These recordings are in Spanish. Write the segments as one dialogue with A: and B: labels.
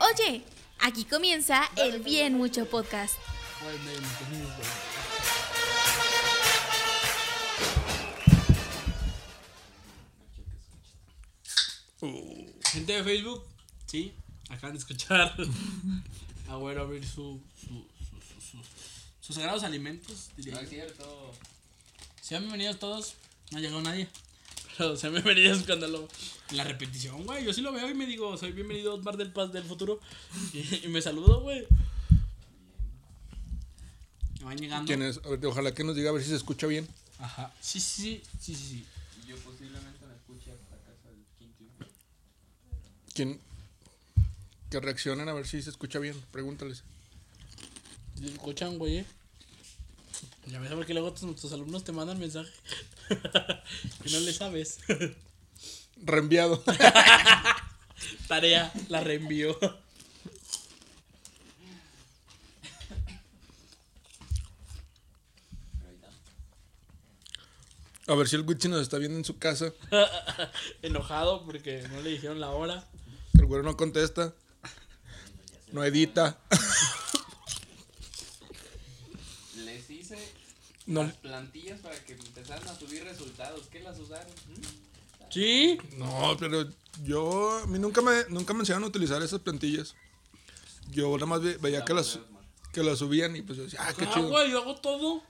A: Oye, aquí comienza el Bien Mucho Podcast.
B: Gente de Facebook, sí, acaban de escuchar a Güero abrir su, su- su- su- su- sus sagrados alimentos. diría yo.
C: cierto.
B: Sean bienvenidos todos, no ha llegado nadie. Pero sean bienvenidos cuando lo. La repetición, güey. Yo sí lo veo y me digo, soy bienvenido Otmar del Paz del futuro. Y, y me saludo, güey. Me van llegando.
D: ¿Quién es? A ver, ojalá que nos diga a ver si se escucha bien.
B: Ajá. Sí, sí, sí, sí, sí, sí.
C: Y yo posiblemente me escuche hasta casa del quinto.
D: ¿Quién? Que reaccionen a ver si se escucha bien. Pregúntales.
B: ¿Sí escuchan, güey, eh? Ya ves, porque luego tus, tus alumnos te mandan mensaje. que no le sabes.
D: Reenviado.
B: Tarea, la reenvío.
C: Pero ahí está.
D: A ver si el Gucci nos está viendo en su casa.
B: Enojado porque no le dijeron la hora.
D: Que el güero no contesta. No edita.
C: Les hice
D: No.
C: las plantillas para que empezaran a subir resultados. ¿Qué las usaron? ¿Mm?
B: ¿Sí?
D: No, pero yo. A mí nunca me, nunca me enseñaron a utilizar esas plantillas. Yo nada más ve- veía que las, que las subían y pues yo decía, ah, qué
B: Ah,
D: chido.
B: güey, yo hago todo.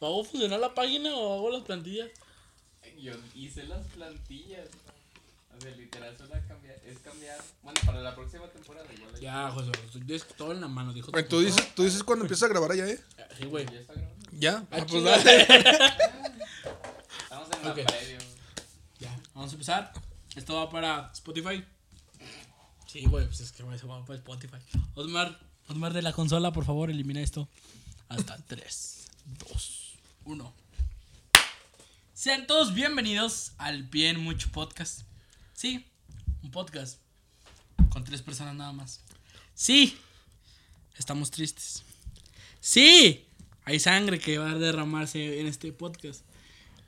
B: ¿Hago funcionar la página o hago las plantillas?
C: Yo hice las plantillas. O sea, literal solo cambiar, es cambiar. Bueno, para la próxima temporada igual. ahí-
B: Ya, José, estoy des- todo en la mano, dijo.
D: Güey, ¿Tú dices, tú dices cuando empiezas a grabar allá, ¿eh?
B: Sí, güey.
C: ¿Ya está grabando?
D: Ya.
B: Ah,
D: Ah, pues
B: chinga.
D: dale.
C: Estamos en la
B: Ok.
C: previa.
B: Ya, vamos a empezar. Esto va para Spotify. Sí, güey, pues es que güey, eso va para Spotify. Osmar, Osmar de la consola, por favor, elimina esto. Hasta 3, 2, 1. Sean todos bienvenidos al Bien Mucho Podcast. Sí, un podcast con tres personas nada más. Sí, estamos tristes. Sí, hay sangre que va a derramarse en este podcast.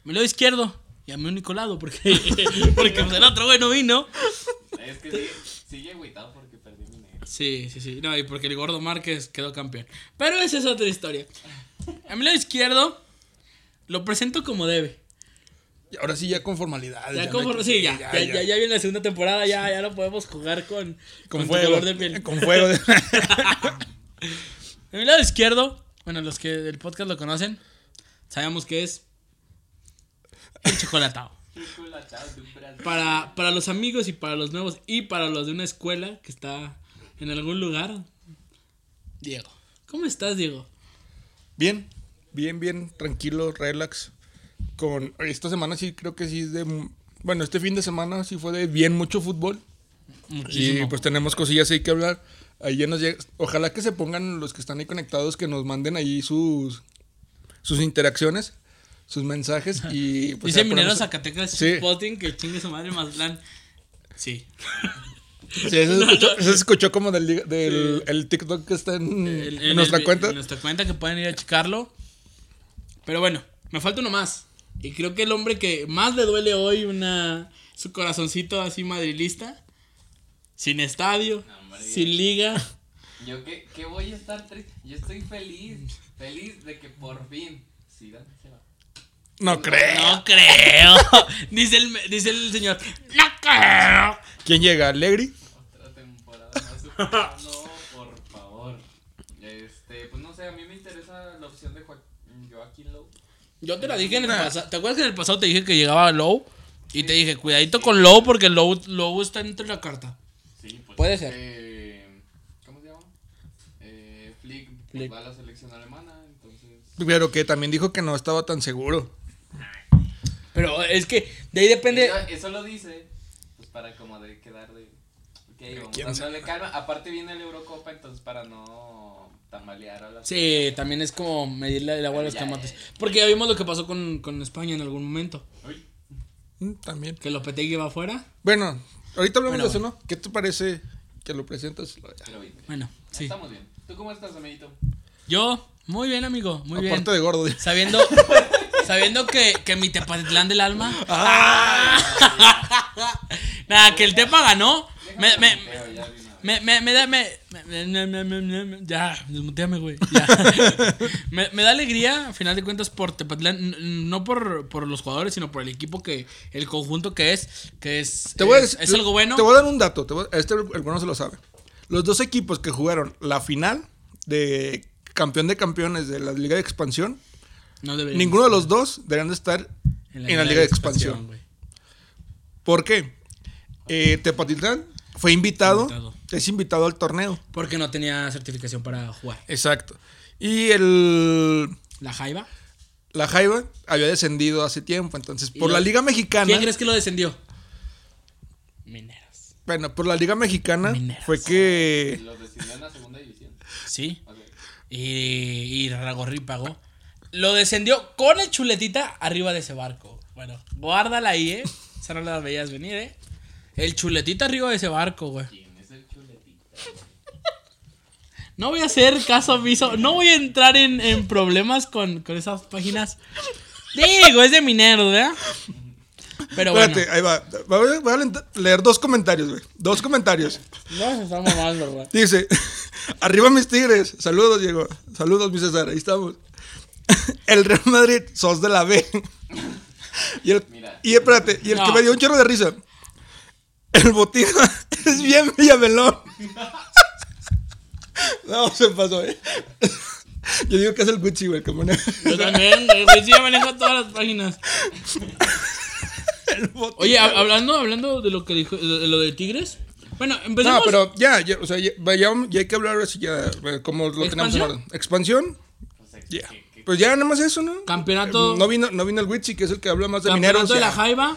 B: Me lo izquierdo y a mi único lado, porque, porque pues, el otro güey no vino.
C: Es que sigue, sigue agüitado porque perdí mi negro.
B: Sí, sí, sí. No, y porque el gordo Márquez quedó campeón. Pero esa es otra historia. A mi lado izquierdo lo presento como debe.
D: Y ahora sí, ya con formalidades.
B: Ya
D: no
B: como-
D: hay que-
B: sí, ya, ya, ya, ya viene la segunda temporada, ya, ya lo podemos jugar con,
D: Con,
B: tu
D: fuego.
B: color de piel.
D: Con fuego.
B: De mi lado izquierdo, bueno, los que del podcast lo conocen, sabemos que es el chocolatado.
C: Chocolatado de un brazo.
B: Para, para los amigos y para los nuevos y para los de una escuela que está en algún lugar. Diego. ¿Cómo estás, Diego?
D: Bien, bien, bien, tranquilo, relax. Con esta semana sí creo que sí es de bueno, este fin de semana sí fue de bien mucho fútbol y pues tenemos cosillas ahí que hablar. Ahí ya nos llega- ojalá que se pongan los que están ahí conectados que nos manden ahí sus sus interacciones, sus mensajes y pues
B: Dice
D: ya
B: Minero
D: ponemos-
B: Zacatecas
D: Sí.
B: Posting que chingue su madre Mazatlán. Sí.
D: Sí, eso se escuchó, eso se escuchó como del, del- el TikTok que está en,
B: El-
D: en
B: el-
D: nuestra
B: el-
D: cuenta.
B: En nuestra cuenta que pueden ir a checarlo. Pero bueno, me falta uno más. Y creo que el hombre que más le duele hoy una su corazoncito así madrilista. Sin estadio,
C: Hombre.
B: sin liga.
C: Yo que, que voy a estar triste. Yo estoy feliz. Feliz de que por fin. Sí, dame, se va.
D: No creo.
B: No creo. dice, el, dice el señor. No creo.
D: ¿Quién llega? ¿Legri?
C: Otra temporada más. superada, No, por favor. Este, pues no sé, a mí me interesa la opción de Joa- Joaquín Lowe.
B: Yo te la dije en el pasado. ¿Te acuerdas que en el pasado te dije que llegaba Low? Y te dije, cuidadito con Low porque Low, Low está entre la carta.
C: Sí, pues.
B: Puede ser.
C: eh, ¿Cómo se llama? Eh, Flick,
B: Flick.
C: va a la selección alemana, entonces.
D: Pero que también dijo que no estaba tan seguro.
B: Pero es que de ahí depende.
C: Eso, eso lo dice, pues para como de quedar de. Ok, vamos
D: ¿Quién sabe?
C: dándole calma. Aparte viene la Eurocopa, entonces para no tambalear a la.
B: Sí, también es como medirle el agua a los camates. Porque ya vimos lo que pasó con, con España en algún momento.
C: Uy,
D: Mm, También.
B: Que Lopetegui va afuera.
D: Bueno, ahorita hablamos
B: Bueno,
D: de eso, ¿no? ¿Qué te parece que lo presentas?
C: pero bien.
B: Bueno, sí.
C: Estamos bien. ¿Tú cómo estás, amiguito?
B: Yo, muy bien, amigo. Muy bien.
D: Aparte de gordo. di-
B: Sabiendo, sabiendo que, que mi Tepatitlán del alma.
D: Ah.
B: Nada, que el Tepa ganó. Me, me-
C: Déjame tanteo ya de una
B: Me, me, me da, me, me- me- me- me- me- me- ya, desmuteame, güey. ya. me, me da alegría, a final de cuentas, por Tepatlán, n- n- no por, por los jugadores, sino por el equipo que, el conjunto que es, que es,
D: Te voy a
B: es,
D: decir-
B: es algo bueno.
D: Te voy a dar un dato. te voy a- este el bueno se lo sabe. Los dos equipos que jugaron la final de campeón de campeones de la Liga de Expansión,
B: No debería-
D: ninguno de los dos deberían de estar en la, Liga de Expansión.
B: güey.
D: ¿Por qué? Eh, Tepatitlán fue invitado,
B: Invitado.
D: es invitado al torneo.
B: Porque no tenía certificación para jugar.
D: Exacto. Y el
B: La Jaiba.
D: la Jaiba había descendido hace tiempo, entonces
B: Y
D: por la
B: lo-
D: Liga Mexicana,
B: ¿Quién crees que lo descendió? Mineras.
D: bueno, por la Liga Mexicana
B: Mineros.
D: fue que
C: Los descendió en la segunda división.
B: Sí.
C: Ok.
B: Y, y Ragorri pagó. Lo descendió con el chuletita arriba de ese barco. Bueno, guárdala ahí, ¿eh? Esa no la veías venir, ¿eh? El chuletita arriba de ese barco, güey.
C: ¿Quién es el chuletita?
B: No voy a hacer caso omiso. No voy a entrar en, en problemas con, con esas páginas. Digo, es de mineros, ¿verdad? Pero bueno.
D: Espérate, ahí va. Voy a, voy a lenta- leer dos comentarios, güey. Dos comentarios.
B: No se está mamando, güey.
D: Dice, arriba mis tigres. Saludos, Diego. Saludos, mi César. Ahí estamos. El Real Madrid, sos de la B. Y el,
C: Mira.
D: y espérate, y el que
B: No.
D: me dio un chorro de risa. El botín es bien Villamelón. No, se pasó, eh. Yo digo que es el Gucci, güey, como no.
B: Yo también, güey. Pues sí, yo manejo todas las páginas.
D: El botín.
B: Oye, hab- hablando, hablando de lo que dijo, de lo de Tigres. Bueno, empezamos.
D: No, pero ya, ya, o sea, ya, ya, ya hay que hablar así ya, eh, como lo tenemos en
B: ¿Expansión?
D: orden. Expansión,
C: Pues, eh,
D: ya.
C: ¿qué- qué-
D: Pues ya nada más eso, ¿no?
B: Campeonato-
D: Eh, No vino, no vino el Witchy, que es el que habla más de
B: campeonato
D: mineros.
B: de la
D: ya.
B: Jaiba.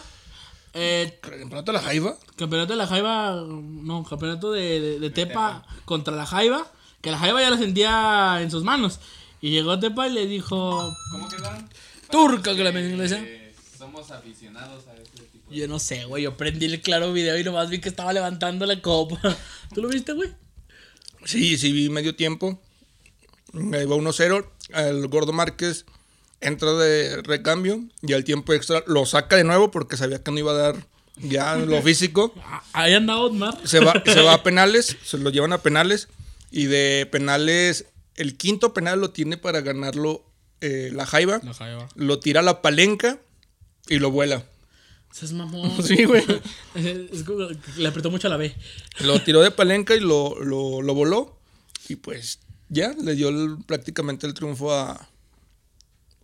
B: eh,
D: ¿Campeonato de la Jaiba?
B: campeonato de la Jaiba. No, campeonato de, de- de Tepa contra la Jaiba. Que la Jaiba ya la sentía en sus manos. Y llegó Tepa y le dijo.
C: ¿Cómo quedaron?
B: Turca que la
C: Eh,
B: inglesa.
C: Somos aficionados a este tipo de...
B: Yo no sé, güey. Yo prendí el claro video y nomás vi que estaba levantando la copa. ¿Tú lo viste, güey?
D: Sí, sí, vi medio tiempo. Ahí va 1-0. El Gordo Márquez entra de recambio y al tiempo extra lo saca de nuevo porque sabía que no iba a dar ya lo físico.
B: Ah, Ahí anda Otmar.
D: Se va, se va a penales, se lo llevan a penales y de penales, el quinto penal lo tiene para ganarlo eh, la Jaiba.
B: La Jaiba.
D: Lo tira a la palenca y lo vuela.
B: Seas mamón.
D: Sí, güey.
B: Es como que le apretó mucho a la B.
D: Lo tiró de palenca y lo, lo- lo voló. Y pues ya le dio el- prácticamente el triunfo a,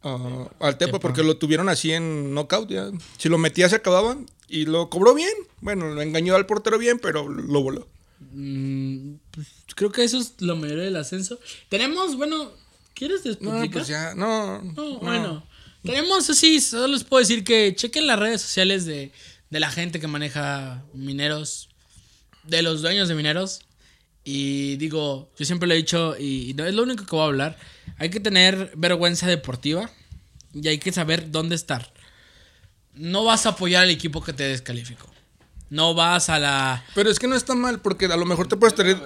D: a- al Tepa,
B: Tepa.
D: porque lo tuvieron así en knockout. Ya. Si lo metía se acababa y lo cobró bien. Bueno, lo engañó al portero bien, pero lo voló.
B: Mm, pues, creo que eso es lo mayor del ascenso. Tenemos, bueno, ¿quieres
D: No,
B: explicar?
D: pues ya, no.
B: No,
D: no.
B: bueno. Tenemos así, solo les puedo decir que chequen las redes sociales de, de la gente que maneja mineros, de los dueños de mineros. Y digo, yo siempre lo he dicho y, y no es lo único que voy a hablar. Hay que tener vergüenza deportiva y hay que saber dónde estar. No vas a apoyar al equipo que te descalificó. No vas a la...
D: Pero es que no está mal, porque a lo mejor te puedes traer.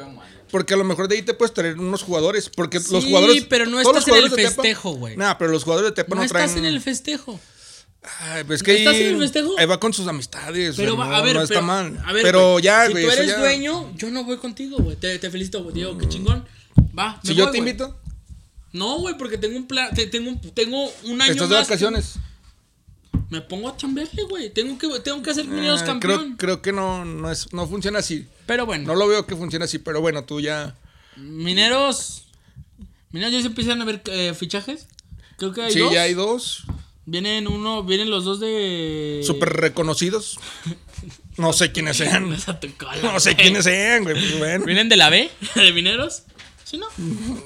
D: Porque a lo mejor de ahí te puedes traer unos jugadores. Porque los
B: Sí,
D: jugadores.
B: pero no
D: todos los
B: estás en el
D: jugadores de Tepa-
B: festejo, güey.
D: Nah, pero los jugadores de Tepa no,
B: no
D: traen.
B: estás en el festejo.
D: Ay, pues
B: ¿No
D: que
B: estás
D: ahí-
B: en el festejo?
D: Ahí va con sus amistades.
B: Pero
D: Pero
B: va-
D: Pues no,
B: a ver,
D: no está
B: pero,
D: mal.
B: a ver,
D: pero
B: güey,
D: ya,
B: si
D: güey.
B: tú
D: eso
B: eres
D: ya- Mm.
B: dueño, yo no voy contigo, güey. Te, te felicito, güey. Digo, qué chingón. Va, me
D: Si yo
B: voy,
D: te
B: güey.
D: invito,
B: No, güey, porque tengo un plan, te- tengo, un- tengo un año
D: estás de
B: más.
D: vacaciones.
B: Me pongo a chambearle, güey. Tengo que, tengo que hacer mineros
D: Eh, creo,
B: campeón.
D: creo que no, no, es, no funciona así.
B: Pero bueno,
D: No lo veo que funcione así, pero bueno, tú ya.
B: mineros. Mineros, ya se empiezan a ver eh, fichajes. Creo que hay
D: sí,
B: dos.
D: ya hay dos
B: Vienen uno, vienen los dos de.
D: súper reconocidos. No sé quiénes sean.
B: Vas a tu cola,
D: No sé
B: güey.
D: quiénes sean, güey. pues, bueno.
B: ¿Vienen de la B? ¿De mineros? Sí, ¿no?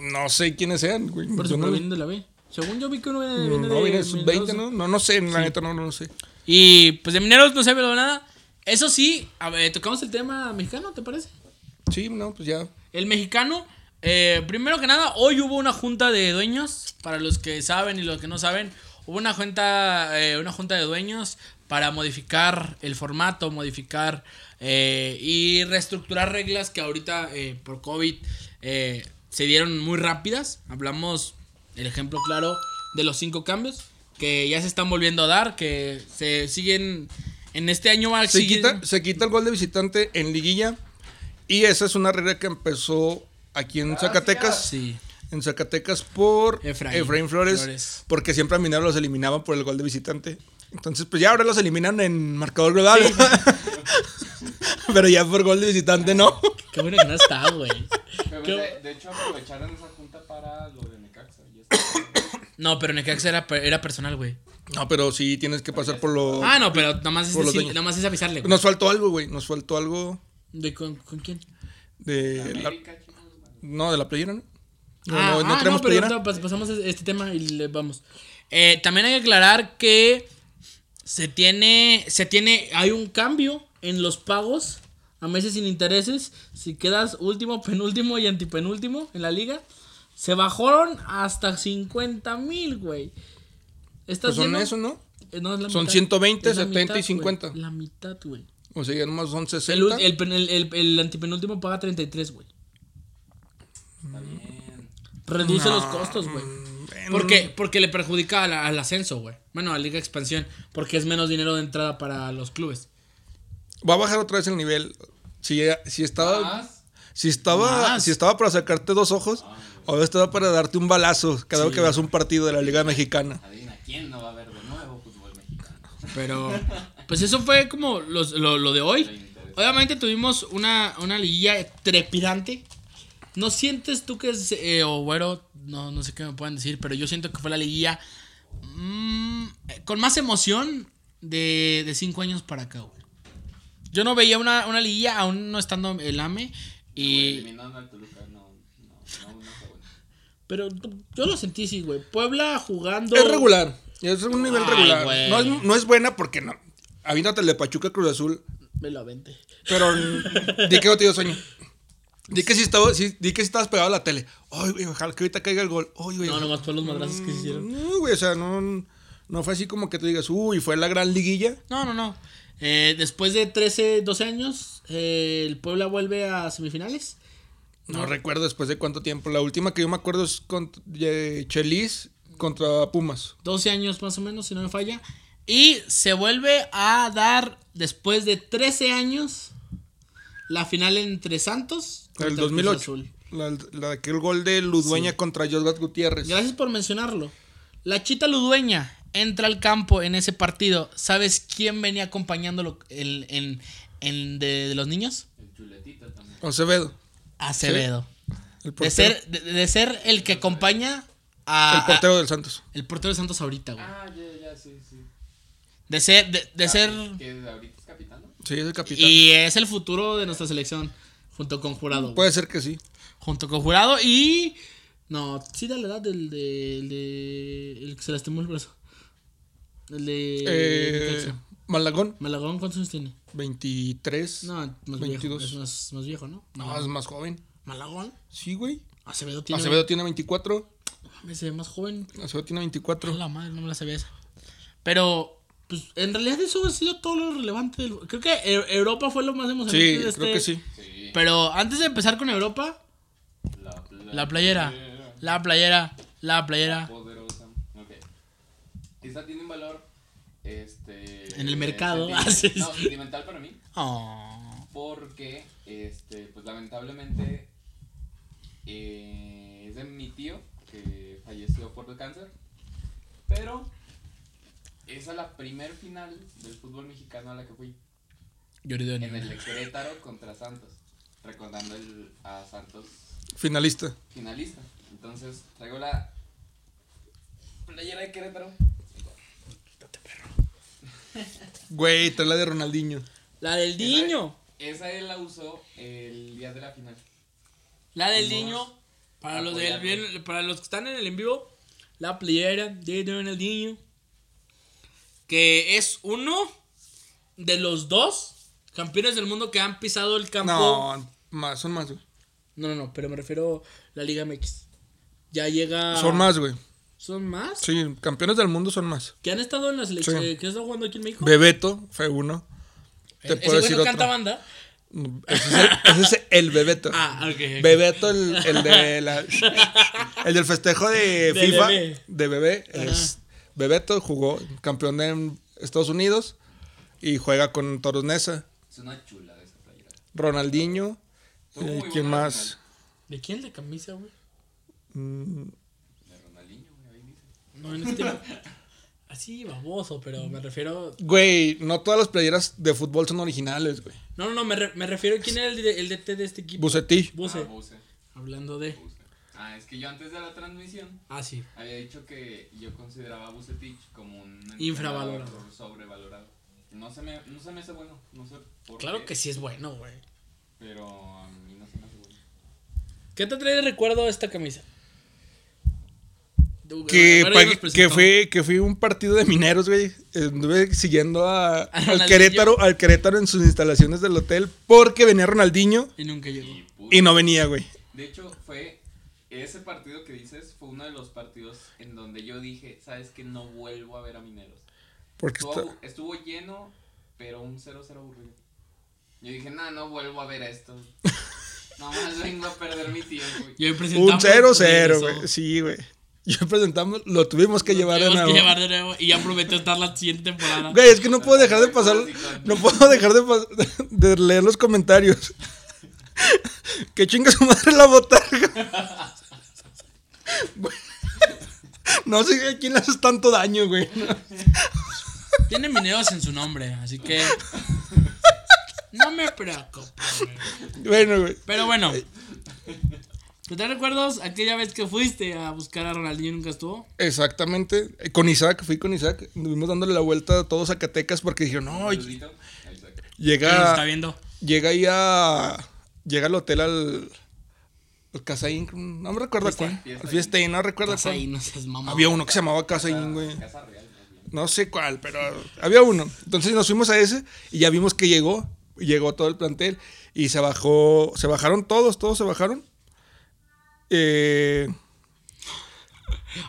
D: No sé quiénes sean, güey.
B: Por
D: Yo
B: eso
D: no,
B: pero vienen de la B. Según yo vi que uno viene, viene
D: no,
B: de
D: oh, mira, sub 20,
B: Mendoza.
D: ¿no? No, no sé, la neta no, no sé.
B: Y pues de mineros no se ha hablado nada. Eso sí, a ver, tocamos el tema mexicano, ¿te parece?
D: Sí, no, pues ya.
B: El mexicano, eh, primero que nada, hoy hubo una junta de dueños, para los que saben y los que no saben, hubo una junta, eh, una junta de dueños para modificar el formato, modificar eh, y reestructurar reglas que ahorita eh, por COVID eh, se dieron muy rápidas. Hablamos, el ejemplo claro, de los cinco cambios que ya se están volviendo a dar, que se siguen en este año va a
D: Se
B: seguir-
D: quita, se quita el gol de visitante en liguilla Y esa es una regla que empezó aquí en Zacatecas.
B: Sí.
D: En Zacatecas por
B: Efraín
D: Efraín, Flores,
B: Flores.
D: Porque siempre a Minero los eliminaban por el gol de visitante. Entonces, pues ya ahora los eliminan en marcador global. Pero ya por gol de visitante no.
B: Qué bueno que no está, güey.
C: Pero
B: Qué-
C: de, de hecho aprovecharon esa junta para lo de Necaxa. Y está.
B: No, pero Necaxa era, per- era personal, güey.
D: No, pero sí tienes que pasar por lo.
B: Ah, no, pero nada más es,
D: Por lo
B: decir-
D: tengo.
B: nada más es avisarle. güey.
D: Nos faltó algo, güey. Nos faltó algo
B: ¿De con, con quién?
D: de. la-
C: América, chicos, madre.
D: No, de la playera, ¿no? No,
B: ah,
D: no, no
B: ah,
D: tenemos
B: pero
D: playera. Pues
B: ahorita pas- pasamos a este tema y le vamos. Eh, también hay que aclarar que se tiene, se tiene, hay un cambio en los pagos a meses sin intereses. Si quedas último, penúltimo y antipenúltimo en la liga, se bajaron hasta 50 mil, güey. ¿Estás
D: Pues son
B: viendo?
D: eso, ¿no?
B: Eh, no, es la
D: son
B: mitad.
D: 120,
B: Es la
D: 70 y
B: mitad, güey.
D: 50.
B: La mitad, güey.
D: O sea, ya nomás son
B: El,
D: 60.
B: ul- el pen- el- el- el antipenúltimo paga 33, güey.
C: Está bien.
B: Reduce los costos, güey.
D: Bueno.
B: Porque, porque le perjudica a la- al ascenso, güey. Bueno, a la Liga Expansión. Porque es menos dinero de entrada para los clubes.
D: Va a bajar otra vez el nivel. Si, si estaba.
C: Más,
D: Si estaba,
B: Más.
D: si estaba para sacarte dos ojos, ahora estaba para darte un balazo cada vez que veas un partido de la Liga Mexicana.
C: adivina, ¿quién no va a ver de nuevo fútbol mexicano?
B: Pero, pues eso fue como los- lo, lo de hoy. Obviamente tuvimos una, una liguilla trepidante. ¿No sientes tú que es, eh, o bueno, no, no sé qué me puedan decir, pero yo siento que fue la liguilla mm, eh, con más emoción de, de cinco años para acá, güey? Yo no veía una, una liguilla aún no estando el AME y...
C: Eliminando al Toluca, no, no, no, no está bueno.
B: Pero yo lo sentí, sí, güey. Puebla jugando.
D: Es regular. Es un nivel
B: Ay,
D: regular.
B: güey.
D: No es, no es buena porque no. Avíntate el de Pachuca Cruz Azul.
B: Me lo aventé.
D: Pero di que no te dio sueño. Di que si estaba, si- di que si estabas pegado a la tele. Ay, güey, ojalá que ahorita caiga el gol. Ay, güey.
B: No, nomás fue los madrazos que se hicieron.
D: No, güey, o sea, no, no fue así como que te digas, uy, fue la gran liguilla.
B: No, no, no. Eh, después de 13, 12 años, eh, el Puebla vuelve a semifinales.
D: No, recuerdo después de cuánto tiempo. La última que yo me acuerdo es con de Chelis contra Pumas.
B: 12 años más o menos, si no me falla. Y se vuelve a dar, después de 13 años, la final entre Santos contra
D: El
B: Cruz
D: 2008.
B: Azul.
D: La, la- aquel gol de Ludueña contra Josgat Gutiérrez.
B: Gracias por mencionarlo. La Chita Ludueña entra al campo en ese partido. ¿Sabes quién venía acompañándolo en, en- en de, de los niños?
C: El chuletita también.
D: Acevedo.
B: Acevedo.
D: El
B: De
D: portero,
B: ser, Ah. de, de ser el que acompaña a,
D: el portero del Santos.
B: a- el portero de Santos ahorita, güey.
C: Ah, ya, ya, sí, sí.
B: De ser, de, de
C: Ah,
B: ser.
C: Que ahorita es capitán, ¿no?
D: Sí, es el capitán.
B: Y es el futuro de nuestra selección. Junto con jurado. güey.
D: Puede ser que sí.
B: Junto con jurado y. No, sí da la edad del de. El, de- el que se lastimó el brazo. El de.
D: Eh, Malagón,
B: Malagón, ¿cuántos años tiene?
D: 23.
B: No, más
D: 22.
B: viejo. Es más, más viejo, ¿no?
D: No, Ah, es más joven.
B: Malagón.
D: Sí, güey.
B: Acevedo tiene.
D: Acevedo tiene 24.
B: Me se ve más joven.
D: Acevedo tiene
B: A
D: 24.
B: la madre, no me la sabía esa. Pero, pues, en realidad eso ha sido todo lo relevante. del- Creo que Eu- Europa fue lo más emocionante
D: Sí,
B: de este-
D: creo que sí.
C: Sí.
B: Pero antes de empezar con Europa,
C: La, pla-
B: la playera. La playera. La playera.
C: Poderosa. Ok. Esta tiene un valor. Este.
B: En el mercado,
C: sentimental-
B: haces.
C: No, sentimental para mí.
B: Oh.
C: Porque, este, pues lamentablemente. eh, es de mi tío que falleció por el cáncer. Pero. Esa es la primer final del fútbol mexicano a la que fui.
B: Llorido
C: En el de Querétaro contra Santos. Recordando el, a Santos
D: Finalista.
C: finalista. Entonces traigo la playera de Querétaro.
D: Güey, trae la de Ronaldinho.
B: La del niño.
C: Esa él la usó el día de la final.
B: La del niño. Para los, del, bien- para los que están en el en vivo, la playera de Ronaldinho. Que es uno de los dos campeones del mundo que han pisado el campo.
D: No, más, son más, güey.
B: No, no, no, pero me refiero a la Liga MX. Ya llega.
D: Son más, güey.
B: ¿Son más?
D: Sí, campeones del mundo son más.
B: Que han estado en la selección.
D: Sí.
B: Que están jugando aquí en México.
D: Bebeto fue uno.
B: Eh,
D: Te
B: ese
D: puedo
B: güey
D: decir
B: no
D: otro.
B: canta banda.
D: Ese es el, ese es el Bebeto.
B: Ah, ok. ok.
D: Bebeto, el, el de la- el del festejo de,
B: De
D: FIFA
B: bebé.
D: de bebé. es- Bebeto jugó campeón de Estados Unidos y juega con Toros Neza.
C: Es una chula de esa playera.
D: Ronaldinho
C: Estuvo muy
D: Eh, ¿Quién
C: buena la
D: más?
B: ¿De quién la camisa, güey?
D: Mm,
C: final. De Ronaldinho, güey, ahí dice.
B: No, en este. Así baboso, pero me refiero.
D: Güey, no todas las playeras de fútbol son originales, güey.
B: No, no, no, me, re- me refiero. ¿Quién era el, de- el DT de este equipo?
D: Bucetí.
B: Buse.
C: Ah, Buse,
B: Hablando de.
C: Buse. Ah, es que yo antes de la transmisión
B: Ah, sí.
C: había dicho que yo consideraba a Bucetich como un entrenador
B: Infravalorado.
C: Sobrevalorado. No se, me, no se me hace bueno. No sé por
B: Claro
C: qué,
B: que sí es bueno, güey.
C: Pero a mí no se me hace bueno.
B: ¿Qué te trae de recuerdo esta camisa?
D: Que,
B: Bueno,
D: pa-
B: ya nos
D: que,
B: presentó.
D: fui, que fui un partido de mineros, güey. Anduve siguiendo a, al,
B: Ronaldinho.
D: Querétaro, al Querétaro en sus instalaciones del hotel porque venía Ronaldinho
B: Y nunca llegó.
C: Y puta.
D: y no venía, güey.
C: De hecho, fue ese partido que dices fue uno de los partidos en donde yo dije, sabes que no vuelvo a ver a Mineros.
D: Porque
C: Estuvo,
D: está-
C: abu- estuvo lleno, pero un 0-0 aburrido. Yo dije, no, no vuelvo a ver a esto. Nomás vengo a perder mi tiempo.
B: Y hoy presentamos
D: un 0-0,
B: regresó.
D: güey. Sí, güey. Yo presentamos, lo tuvimos que llevar de
B: Tenemos que
D: nuevo.
B: llevar de nuevo. Y ya prometió estar la siguiente temporada.
D: Güey, es que no puedo dejar de pasar. No puedo dejar de, pas- de leer los comentarios. que chinga su madre la botarga. Güey. No sé a quién le haces tanto daño, güey.
B: Tiene mineros en su nombre, así que. No me preocupo. güey.
D: Bueno, güey.
B: Pero bueno. ¿Te trae recuerdos aquella vez que fuiste a buscar a Ronaldinho y nunca estuvo?
D: Exactamente. Eh, Con Isaac, fui con Isaac. Estuvimos dándole la vuelta a todos Zacatecas porque dijeron, no, ll-
B: Que nos está
D: llega,
B: viendo.
D: llega ahí a. Llega al hotel al. al Casaín, no me recuerdo
B: Fiesta-
D: cuál.
C: Fiesta
D: Al Fiesta Inn, no recuerdo
B: Estás ahí,
D: cuál.
B: no seas mamón.
D: Había uno que se llamaba Casaín, güey.
C: Casa Real, más bien.
D: No sé cuál, pero había uno. Entonces nos fuimos a ese y ya vimos que llegó. Llegó todo el plantel y se bajó. Se bajaron todos, todos se bajaron. Eh,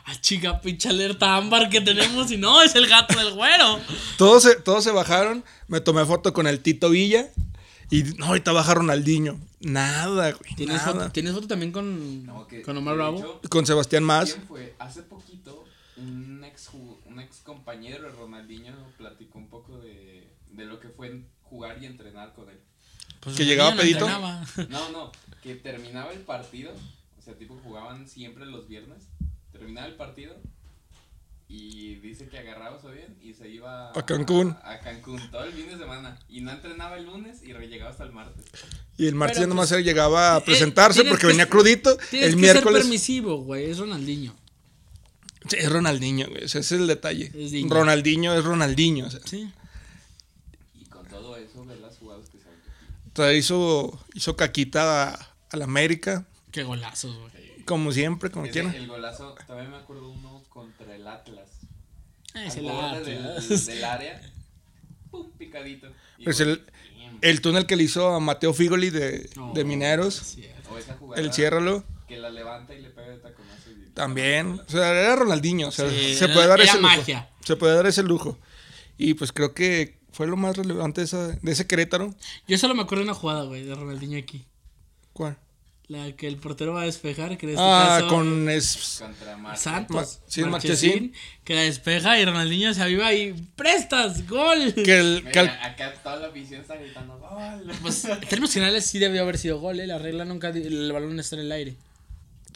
B: Ah, chica, pinche alerta ámbar que tenemos. Y no, es el gato del güero.
D: todos, se, todos se bajaron. Me tomé foto con el Tito Villa. Y no, ahorita bajaron al niño. Nada, güey.
B: ¿Tienes
D: nada.
B: foto, ¿Tienes foto también con,
C: No, que-
B: con Omar
C: de
B: Bravo?
C: hecho,
D: Con Sebastián Más.
C: ¿Quién fue? Hace poquito, un ex, ju- un ex compañero de Ronaldinho platicó un poco de, de lo que fue en- jugar y entrenar con él.
B: Pues
D: que
B: Ronaldinho
D: llegaba
B: no
D: pedito.
B: entrenaba.
C: No, no, que terminaba el partido, o sea, tipo jugaban siempre los viernes, terminaba el partido y dice que agarraba su avión y se iba
D: A Cancún.
C: A, a Cancún todo el fin de semana y no entrenaba el lunes y re- llegaba hasta el martes.
D: Y el
B: Pero, pues,
D: martes
B: eh,
D: ya nomás él llegaba a presentarse
B: tienes
D: porque
B: que-
D: venía crudito.
B: Tienes
D: El
B: que ser
D: miércoles.
B: permisivo, güey. Es Ronaldinho.
D: Sí, es Ronaldinho, güey. Ese es el detalle.
B: Es niño.
D: Ronaldinho es Ronaldinho. O sea.
B: Sí.
C: Y con todo eso, ver las jugadas que se aventó.
D: O sea, hizo, hizo caquita a, a la América,
B: Qué golazos, güey.
D: como siempre, como
C: Ese-
D: quiera.
C: El golazo, también me acuerdo uno contra el Atlas.
B: Es
C: al
B: el
C: borde
B: Atlas.
C: Del, del área. Pum, picadito. Y
D: Pues
C: gol.
D: el-
C: Bien.
D: El túnel que le hizo a Mateo Figoli de,
B: No,
D: de
B: es
D: Mineros,
B: cierto.
C: o esa jugada
D: el ciérralo,
C: que la levanta y le pega de taconazo. y-
D: también. O sea, era Ronaldinho, o sea,
B: Sí,
D: se
B: era-
D: puede dar
B: era
D: ese
B: magia.
D: lujo. Se puede dar ese lujo. Y pues creo que fue lo más relevante de, esa- de ese Querétaro.
B: Yo solo me acuerdo de una jugada, güey, de Ronaldinho aquí.
D: ¿Cuál?
B: La que el portero va a despejar, que en este
D: Ah,
B: caso,
D: con... es-
C: Contra Mar-
B: Santos.
D: Ma- sí, Marchesín.
B: Que la despeja y Ronaldinho se aviva y prestas, gol.
D: que el,
C: Mira,
D: que al-
C: acá toda la afición está gritando gol.
B: Pues en términos generales sí debió haber sido gol, ¿eh? La regla nunca, di- el balón está en el aire.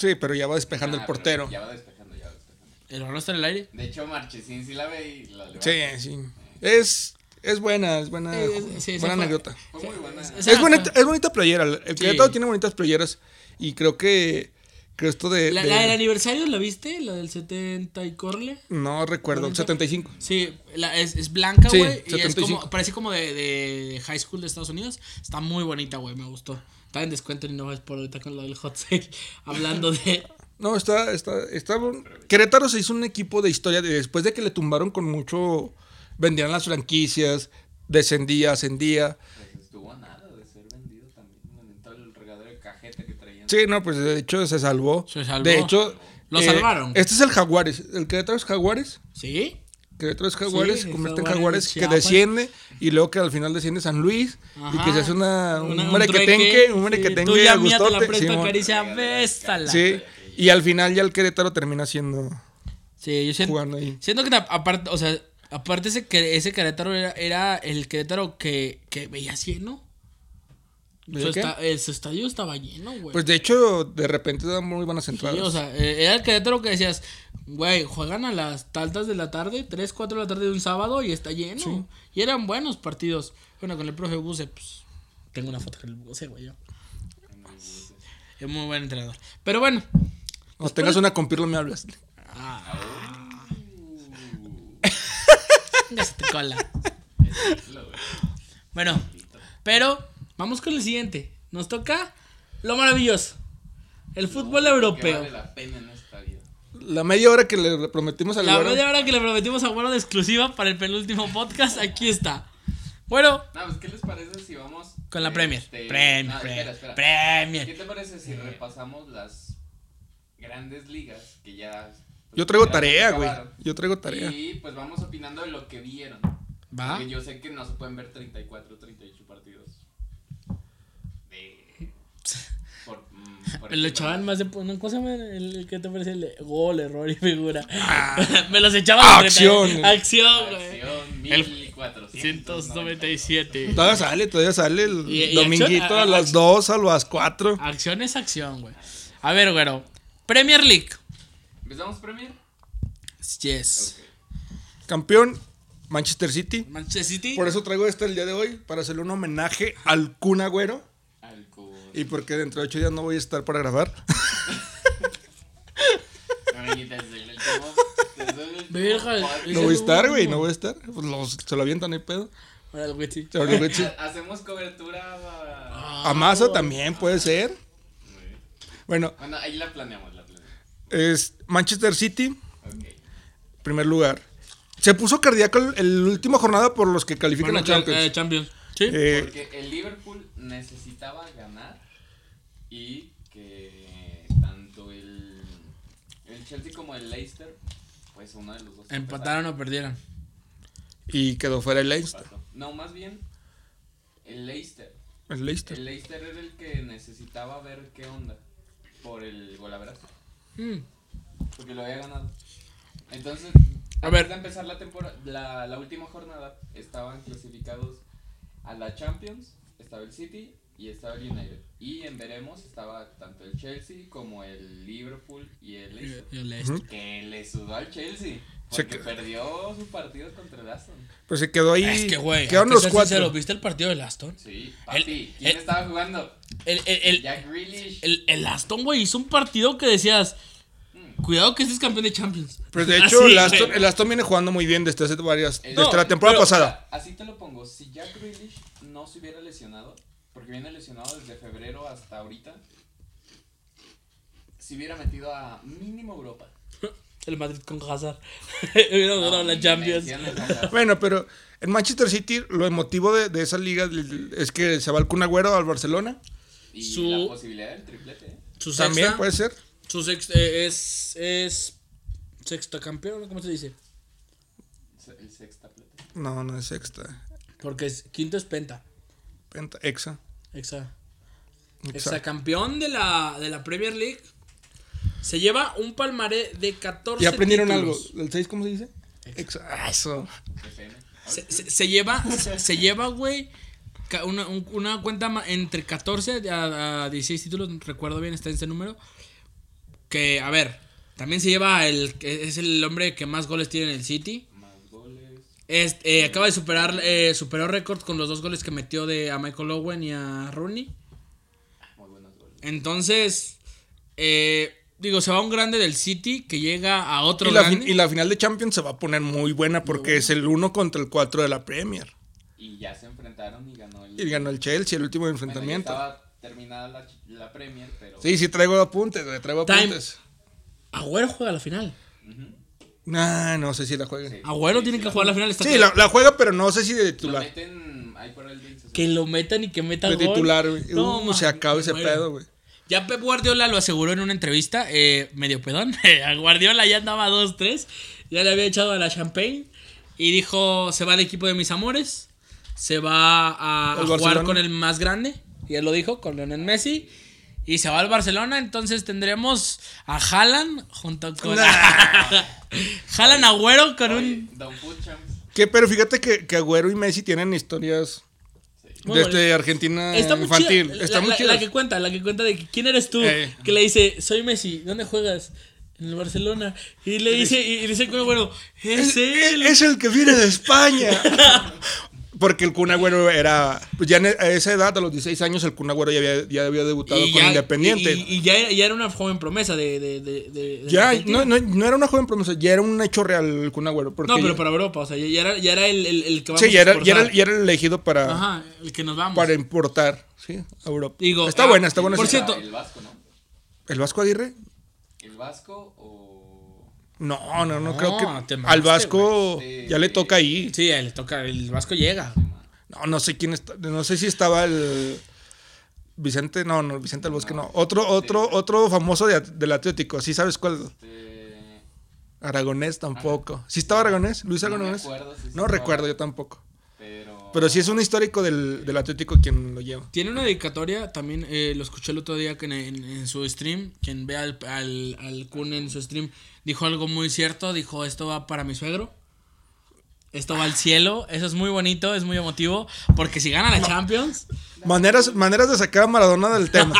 D: sí, pero ya va despejando
C: Ah,
D: el portero.
C: pero Ya va despejando, ya va despejando.
B: El balón está en el aire.
C: De hecho, Marchesín sí la ve y la levanta.
D: Sí, sí. Es, es buena, es buena,
B: Eh, es- sí, sí,
D: buena
B: fue-
D: anécdota.
C: Fue muy buena.
B: O sea,
D: Es bonita, es bonita playera. El Querétaro
B: Sí.
D: tiene bonitas playeras. Y creo que. Creo esto de.
B: La,
D: de-
B: la del aniversario, ¿la viste? La del 70 y Corle.
D: no recuerdo, el 75.
B: Sí, la- es, es blanca,
D: Sí,
B: güey. y es
D: 75.
B: como, parece como de, de high school de Estados Unidos. Está muy bonita, güey, me gustó. Está en descuento y no es por ahorita con lo del hot sale. Hablando de.
D: No, está. está, está bon- Querétaro se hizo un equipo de historia. de- después de que le tumbaron con mucho. Vendían las franquicias. Descendía, ascendía.
C: Pues estuvo a nada de ser vendido también. En todo el regadero de cajeta que traían.
D: Sí, no, pues de hecho se salvó.
B: Se salvó.
D: De hecho.
B: Lo salvaron.
D: Este es el Jaguares. El Querétaro es Jaguares.
B: ¿Sí?
D: Querétaro es
B: Sí,
D: Jaguares. se convierte en
B: Jaguares de
D: Jaguares. Que
B: Chiapas.
D: desciende. Y luego que al final desciende San Luis. Y que
B: Ajá.
D: se hace una, un,
B: Una-
D: merequetenque.
B: trueque.
D: Un merequetenque.
B: Sí, Tú ya mía te la
D: agustote,
B: presto,
D: Simón.
B: caricia, véstala.
D: Sí, y al final ya el Querétaro termina siendo
B: Sí, yo siento,
D: jugando ahí.
B: siento que ta- aparte, o sea, aparte ese, que- ese Querétaro era, era el Querétaro que, que veías lleno.
D: ¿De
B: Su
D: qué?
B: esta- eh, su estadio estaba lleno, güey.
D: Pues de hecho, de repente dan muy buenas entradas.
B: Sí, o sea, eh, era el Querétaro que decías, güey, juegan a las tantas de la tarde, 3, 4 de la tarde de un sábado y está lleno. Y eran buenos partidos. Bueno, con el profe Buse, pues tengo una foto con el Buse, güey. yo. Es muy buen entrenador. Pero bueno,
D: Cuando tengas una con Pirlo me hablas.
B: ya se te cola. bueno, pero vamos con el siguiente. Nos toca lo maravilloso. El fútbol
C: Que
B: europeo.
C: vale la pena en esta vida.
D: La media hora que le prometimos al
B: La
D: Álvaro,
B: media hora que le prometimos a Guaro de exclusiva para el penúltimo podcast, aquí está. Bueno,
C: No, pues, ¿qué les parece si vamos.
B: con la Premier.
C: este,
B: Premier,
C: no,
B: Premier,
C: espera, espera. ¿Qué
B: Premier. Eh.
C: te parece si repasamos las grandes ligas que ya. pues,
D: Yo traigo
C: ya
D: tarea, güey.
C: acabaron?
D: Yo traigo tarea.
C: Y pues vamos opinando de lo que vieron.
B: Va.
C: Porque yo sé que no se pueden ver 34, 38 partidos. De. Por, mm, por
B: Lo
C: encima.
B: echaban más de. No, ¿Cómo se llama el, el que te parece el gol, error y figura? Me los
D: Ah,
B: echaban. de
D: acción.
B: frente. ¿eh? Acción, güey.
C: Acción
B: El
C: 1497.
B: 197.
D: Todavía sale, todavía sale el
B: Y- y
D: dominguito
B: acción-
D: a,
B: a-
D: las
B: acción-
D: 2, a las 4.
B: Acción es acción, güey. A ver, güero. Premier League.
C: ¿Empezamos Premier?
B: Yes.
D: Campeón, Manchester City.
B: Manchester City.
D: Por eso traigo esto el día de hoy, para hacerle un homenaje al Kun Agüero.
C: Alcohol.
D: Y porque dentro de 8 días no voy a estar para grabar.
C: Amiguitas, soy el último- soy el último
B: Verga,
C: podcast.
D: No voy a estar, güey, no voy a estar. Pues los- se lo avientan, no hay pedo.
B: Órale, güey, sí.
D: Se lo avientan, sí.
C: Ha- Hacemos cobertura. va.
D: A Mazo también puede ser. Bueno,
C: Bueno, ahí la planeamos, la planeamos.
D: es Manchester City,
C: Ok.
D: primer lugar. Se puso cardíaco el, el última jornada por los que califican
B: Bueno,
D: a Champions.
B: eh, Champions. Sí.
D: Eh,
C: Porque el Liverpool necesitaba ganar y que tanto el, el Chelsea como el Leicester, pues uno de los
D: Eh.
C: dos.
B: Empataron o perdieron.
D: y quedó fuera el Leicester.
C: empezaba. Empató. No, más bien el Leicester.
D: El Leicester.
C: El Leicester era el que necesitaba ver qué onda por el golabrazo.
B: Mm.
C: Porque lo había ganado. Entonces,
B: A
C: antes
B: ver.
C: de empezar la temporada, la, la última jornada, estaban clasificados a la Champions, estaba el City y estaba el United. Y en veremos estaba tanto el Chelsea como el Liverpool y el Leicester.
B: Yo le esto.
C: Que le sudó al Chelsea.
D: Se
C: Porque
D: que-
C: perdió su partido contra el Aston.
D: Pues se quedó ahí.
B: Es que, güey.
D: Quedaron
B: hay que
D: los
B: ser
D: cuatro.
B: sincero, ¿Viste el partido del Aston?
C: Sí, papi.
B: El-
C: ¿Quién
B: el-
C: estaba jugando?
B: El, el, el,
C: Jack Grealish.
B: el- el Aston, güey, hizo un partido que decías: Cuidado que este es campeón de Champions.
D: Pues de hecho,
B: Así,
D: el, Aston,
B: Ah, güey.
D: el Aston viene jugando muy bien desde hace varias.
C: Eh,
D: Desde
B: no,
D: la temporada
B: pero-
D: pasada.
C: Así te lo pongo, si Jack Grealish no se hubiera lesionado, porque viene lesionado desde febrero hasta ahorita, se hubiera metido a mínimo Europa.
B: El Madrid con Hazard. Hubiéramos ganado la
C: Ah,
B: Champions.
C: menciones, ajá.
D: Bueno, pero en Manchester City, lo emotivo de, de esa liga del- es que se va el Kun Agüero al Barcelona.
C: Y
B: Su-
C: la posibilidad del triplete, ¿eh?
B: Su
D: También pues.
B: sexta.
D: puede ser.
B: Su sexta. eh, es. Es. Sexta campeón, ¿cómo se dice?
C: Se- El sextaplete.
D: No, no es sexta.
B: Porque es, quinto es penta.
D: Penta, exa.
B: Exa.
D: Exa.
B: Exacampeón de la, de la Premier League. Se lleva un palmarés de 14.
D: Y aprendieron algo.
B: títulos.
D: ¿El 6 cómo se dice? Exa. Eso.
C: FM.
B: Se, se- se lleva, se, se lleva, güey, ca- una, un- una cuenta ma- entre 14 a, a 16 títulos, recuerdo bien, está en este número. Que, a ver, también se lleva el, que es el hombre que más goles tiene en el City.
C: Más goles.
B: Este, eh, acaba de superar, eh, superó récord con los dos goles que metió de a Michael Owen y a Rooney.
C: Muy buenos goles.
B: Entonces, eh, digo, se va un grande del City que llega a otro
D: Y la,
B: grande.
D: fin- y la final de Champions se va a poner muy buena porque es el 1 contra el 4 de la Premier.
C: Y ya se enfrentaron y ganó el.
D: Y ganó el Chelsea el último
C: Bueno, ya
D: enfrentamiento.
C: estaba terminada la, la Premier, pero.
D: Sí, sí traigo apuntes, güey, traigo
B: Time.
D: apuntes.
B: Agüero juega la final.
D: Nah, no sé si la juega. Sí,
B: Agüero tiene que jugar la final. está
D: la, la juega, pero no sé si de
C: Lo
D: titular.
C: meten ahí por el 20.
B: Que lo metan y que meta
D: De
B: gol.
D: titular, güey.
B: No,
D: Uh,
B: ma-
D: se acaba ese
B: bueno.
D: pedo, güey.
B: Ya Pep Guardiola lo aseguró en una entrevista, eh, medio pedón. A Guardiola ya andaba 2-3, ya le había echado a la champagne y dijo, se va al equipo de mis amores, se va a,
D: Al
B: a jugar
D: Barcelona.
B: con el más grande, y él lo dijo, con Lionel Messi, y se va al Barcelona, entonces tendremos a Haaland junto con... Haaland Agüero con un...
C: Don Food Champs.
D: Que, pero fíjate que, que Agüero y Messi tienen historias
B: Bueno,
D: Desde Argentina
B: Está muy
D: infantil.
B: chida.
D: Está
B: la,
D: muy
B: la-
D: chida.
B: la que cuenta, la que cuenta de que, quién eres tú.
D: Eh.
B: Que le dice, soy Messi, ¿dónde juegas? En el Barcelona. Y le dice, y, y dice, el Kun Agüero, es él.
D: Es el que viene de España. Porque el Kun Agüero era. Pues ya en- a esa edad, a los 16 años, el Kun Agüero ya había, ya había debutado
B: Y
D: con
B: ya-
D: Independiente.
B: Y, y ya, ya era una joven promesa de. de, de- de- de
D: ya,
B: Argentina.
D: no, no, no era una joven promesa, ya era un hecho real el Kun Agüero. Porque
B: No, pero para Europa, o sea, ya- ya era, ya era el, el, el que vamos
D: Sí, ya
B: a
D: era, ya
B: exportar.
D: era- ya era el elegido para,
B: Ajá, el que nos vamos.
D: para importar sí, a Europa.
B: Digo,
D: está
B: ah,
D: buena, está buena.
B: por
D: esa-
B: cierto-
C: El vasco, ¿no?
D: ¿El Vasco Aguirre?
C: El vasco o.
D: No, no, no,
B: No,
D: creo que.
B: te mamaste,
D: al Vasco
C: güey.
D: ya le toca ahí.
B: Sí, le toca, el Vasco llega.
D: No, no sé quién está. No sé si estaba el. Vicente, no, no, Vicente del Bosque, no. Otro, otro, otro famoso de, del Atlético, sí sabes cuál.
C: Este.
D: Aragonés tampoco. ¿Sí estaba Aragonés? ¿Luis
C: No me
D: Aragonés?
C: acuerdo si sí
D: no
C: estaba.
D: recuerdo, yo tampoco.
C: Pero.
D: Pero sí es un histórico del, del Atlético quien lo lleva.
B: Tiene una dedicatoria, también eh, lo escuché el otro día que en, en- en su stream, quien ve al, al, al Kun en su stream, dijo algo muy cierto, dijo, esto va para mi suegro, esto va al cielo, eso es muy bonito, es muy emotivo, porque si gana la Champions,
D: Maneras, maneras de sacar a Maradona del tema.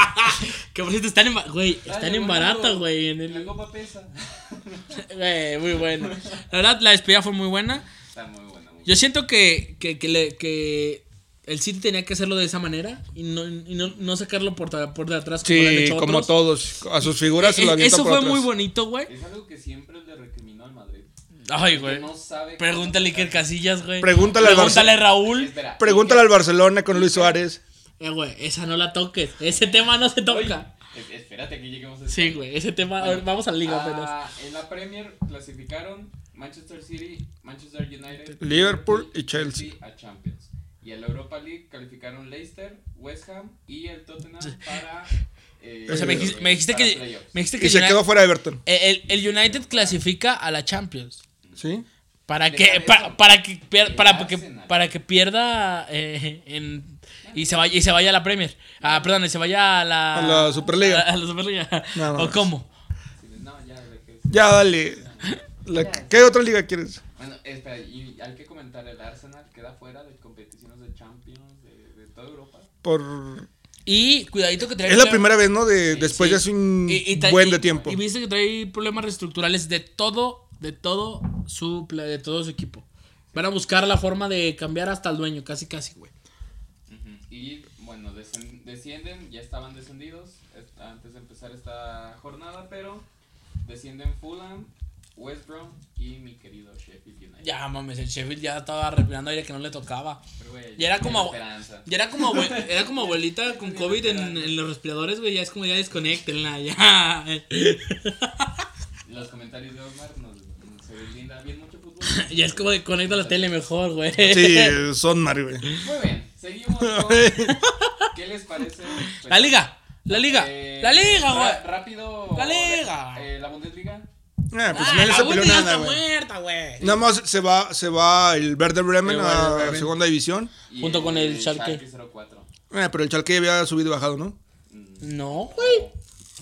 B: que por cierto están en, ba- güey, están
C: Dale,
B: en
C: bueno,
B: barata,
C: luego,
B: güey, en
C: La
B: el-
C: copa pesa.
B: güey, muy bueno. La verdad, la despedida fue muy buena.
C: Está muy buena. muy
B: Yo siento que, que, que, le- que el City tenía que hacerlo de esa manera y no, y no, no sacarlo por, tra- por de atrás como lo han
D: Sí,
B: hecho
D: como
B: otros.
D: todos. A sus figuras se
B: Eh,
D: lo avientan
B: Eso
D: por
B: fue
D: atrás.
B: muy bonito, güey.
C: buena. Es algo que siempre le recriminó al Madrid.
B: Ay,
C: Que
B: güey.
C: No sabe. cómo
B: Pregúntale a Iker
C: atacar.
B: Casillas, güey.
D: Pregúntale al
B: Pregúntale a Raúl.
C: Eh, Espera.
D: Pregúntale al Barcelona con Luis Suárez.
B: Eh, güey, esa no la toques. Ese tema no se
C: Oye,
B: toca.
C: es- Espérate que lleguemos a ese
B: Sí,
C: punto.
B: güey, ese tema. a
C: Bueno,
B: ver, vamos al liga
C: ah,
B: apenas.
C: En la Premier clasificaron Manchester City, Manchester United,
D: Liverpool y Chelsea.
C: a Champions. Y en la Europa League calificaron Leicester, West Ham y el Tottenham para. eh,
B: O sea, me dijiste, me dijiste
C: para
B: que.
C: playoff.
B: Me dijiste que
D: Y se
B: United-
D: quedó fuera de Everton.
B: el, el- el United clasifica a la Champions.
D: ¿Sí?
B: ¿Para
C: Deja
B: que
C: eso.
B: Para, para que, pier-
C: El
B: para, que,
C: Arsenal.
B: para que pierda eh, en, y, se vaya, y se vaya a la Premier. Ah, perdón, y se vaya a la.
D: A la Superliga.
B: A, a la Superliga.
D: Nada
B: ¿O
D: más.
B: cómo?
C: Sí, No, ya dejé.
D: Ya, dale. La- ¿Qué otra liga quieres?
C: Bueno, espera, y hay que comentar: el Arsenal queda fuera de competiciones de Champions de, de toda Europa.
D: Por...
B: Y cuidadito que trae
D: Es la
B: cuidado-
D: primera vez, ¿no? De, después
B: Sí.
D: de hace Pues un
B: Y- y tra-
D: buen
B: y-
D: de tiempo.
B: Y viste que trae problemas reestructurales de todo, de todo su pla- de todo su equipo. Van a buscar la forma de cambiar hasta el dueño, casi casi, güey.
C: Ujú. Y bueno, descen- descienden, ya estaban descendidos eh, antes de empezar esta jornada, pero descienden Fulham, West Brom y mi querido Sheffield United.
B: Ya mames, el Sheffield ya estaba respirando aire que no le tocaba.
C: Pero, güey,
B: Y era
C: tiene
B: como-
C: esperanza.
B: Y era como, abue- era como abuelita con COVID en, en los respiradores, güey. Ya es como ya desconectenla, ya.
C: Los comentarios de Omar nos, nos se brinda bien mucho fútbol.
B: Ya es como de conecta la tele mejor, güey.
D: Sí, son Mario, güey.
C: Muy bien, seguimos con. ¿Qué les parece?
B: La liga, la liga,
C: Eh,
B: la liga,
C: ra-
B: güey.
C: Rápido.
B: La liga.
C: Eh, la Bundesliga.
D: Ah, pues
B: Ah,
D: no
B: la
D: les apeló
B: Bundesliga ya
D: nada,
B: está
D: güey.
B: muerta, güey.
D: Nada más se va, se va el Werder Bremen
B: El Werder
D: a
B: Bremen.
D: segunda división.
C: y
B: Junto con el Schalke.
C: 04.
D: Ah, pero el Chalque había subido y bajado, ¿no?
C: Mm,
B: No, güey.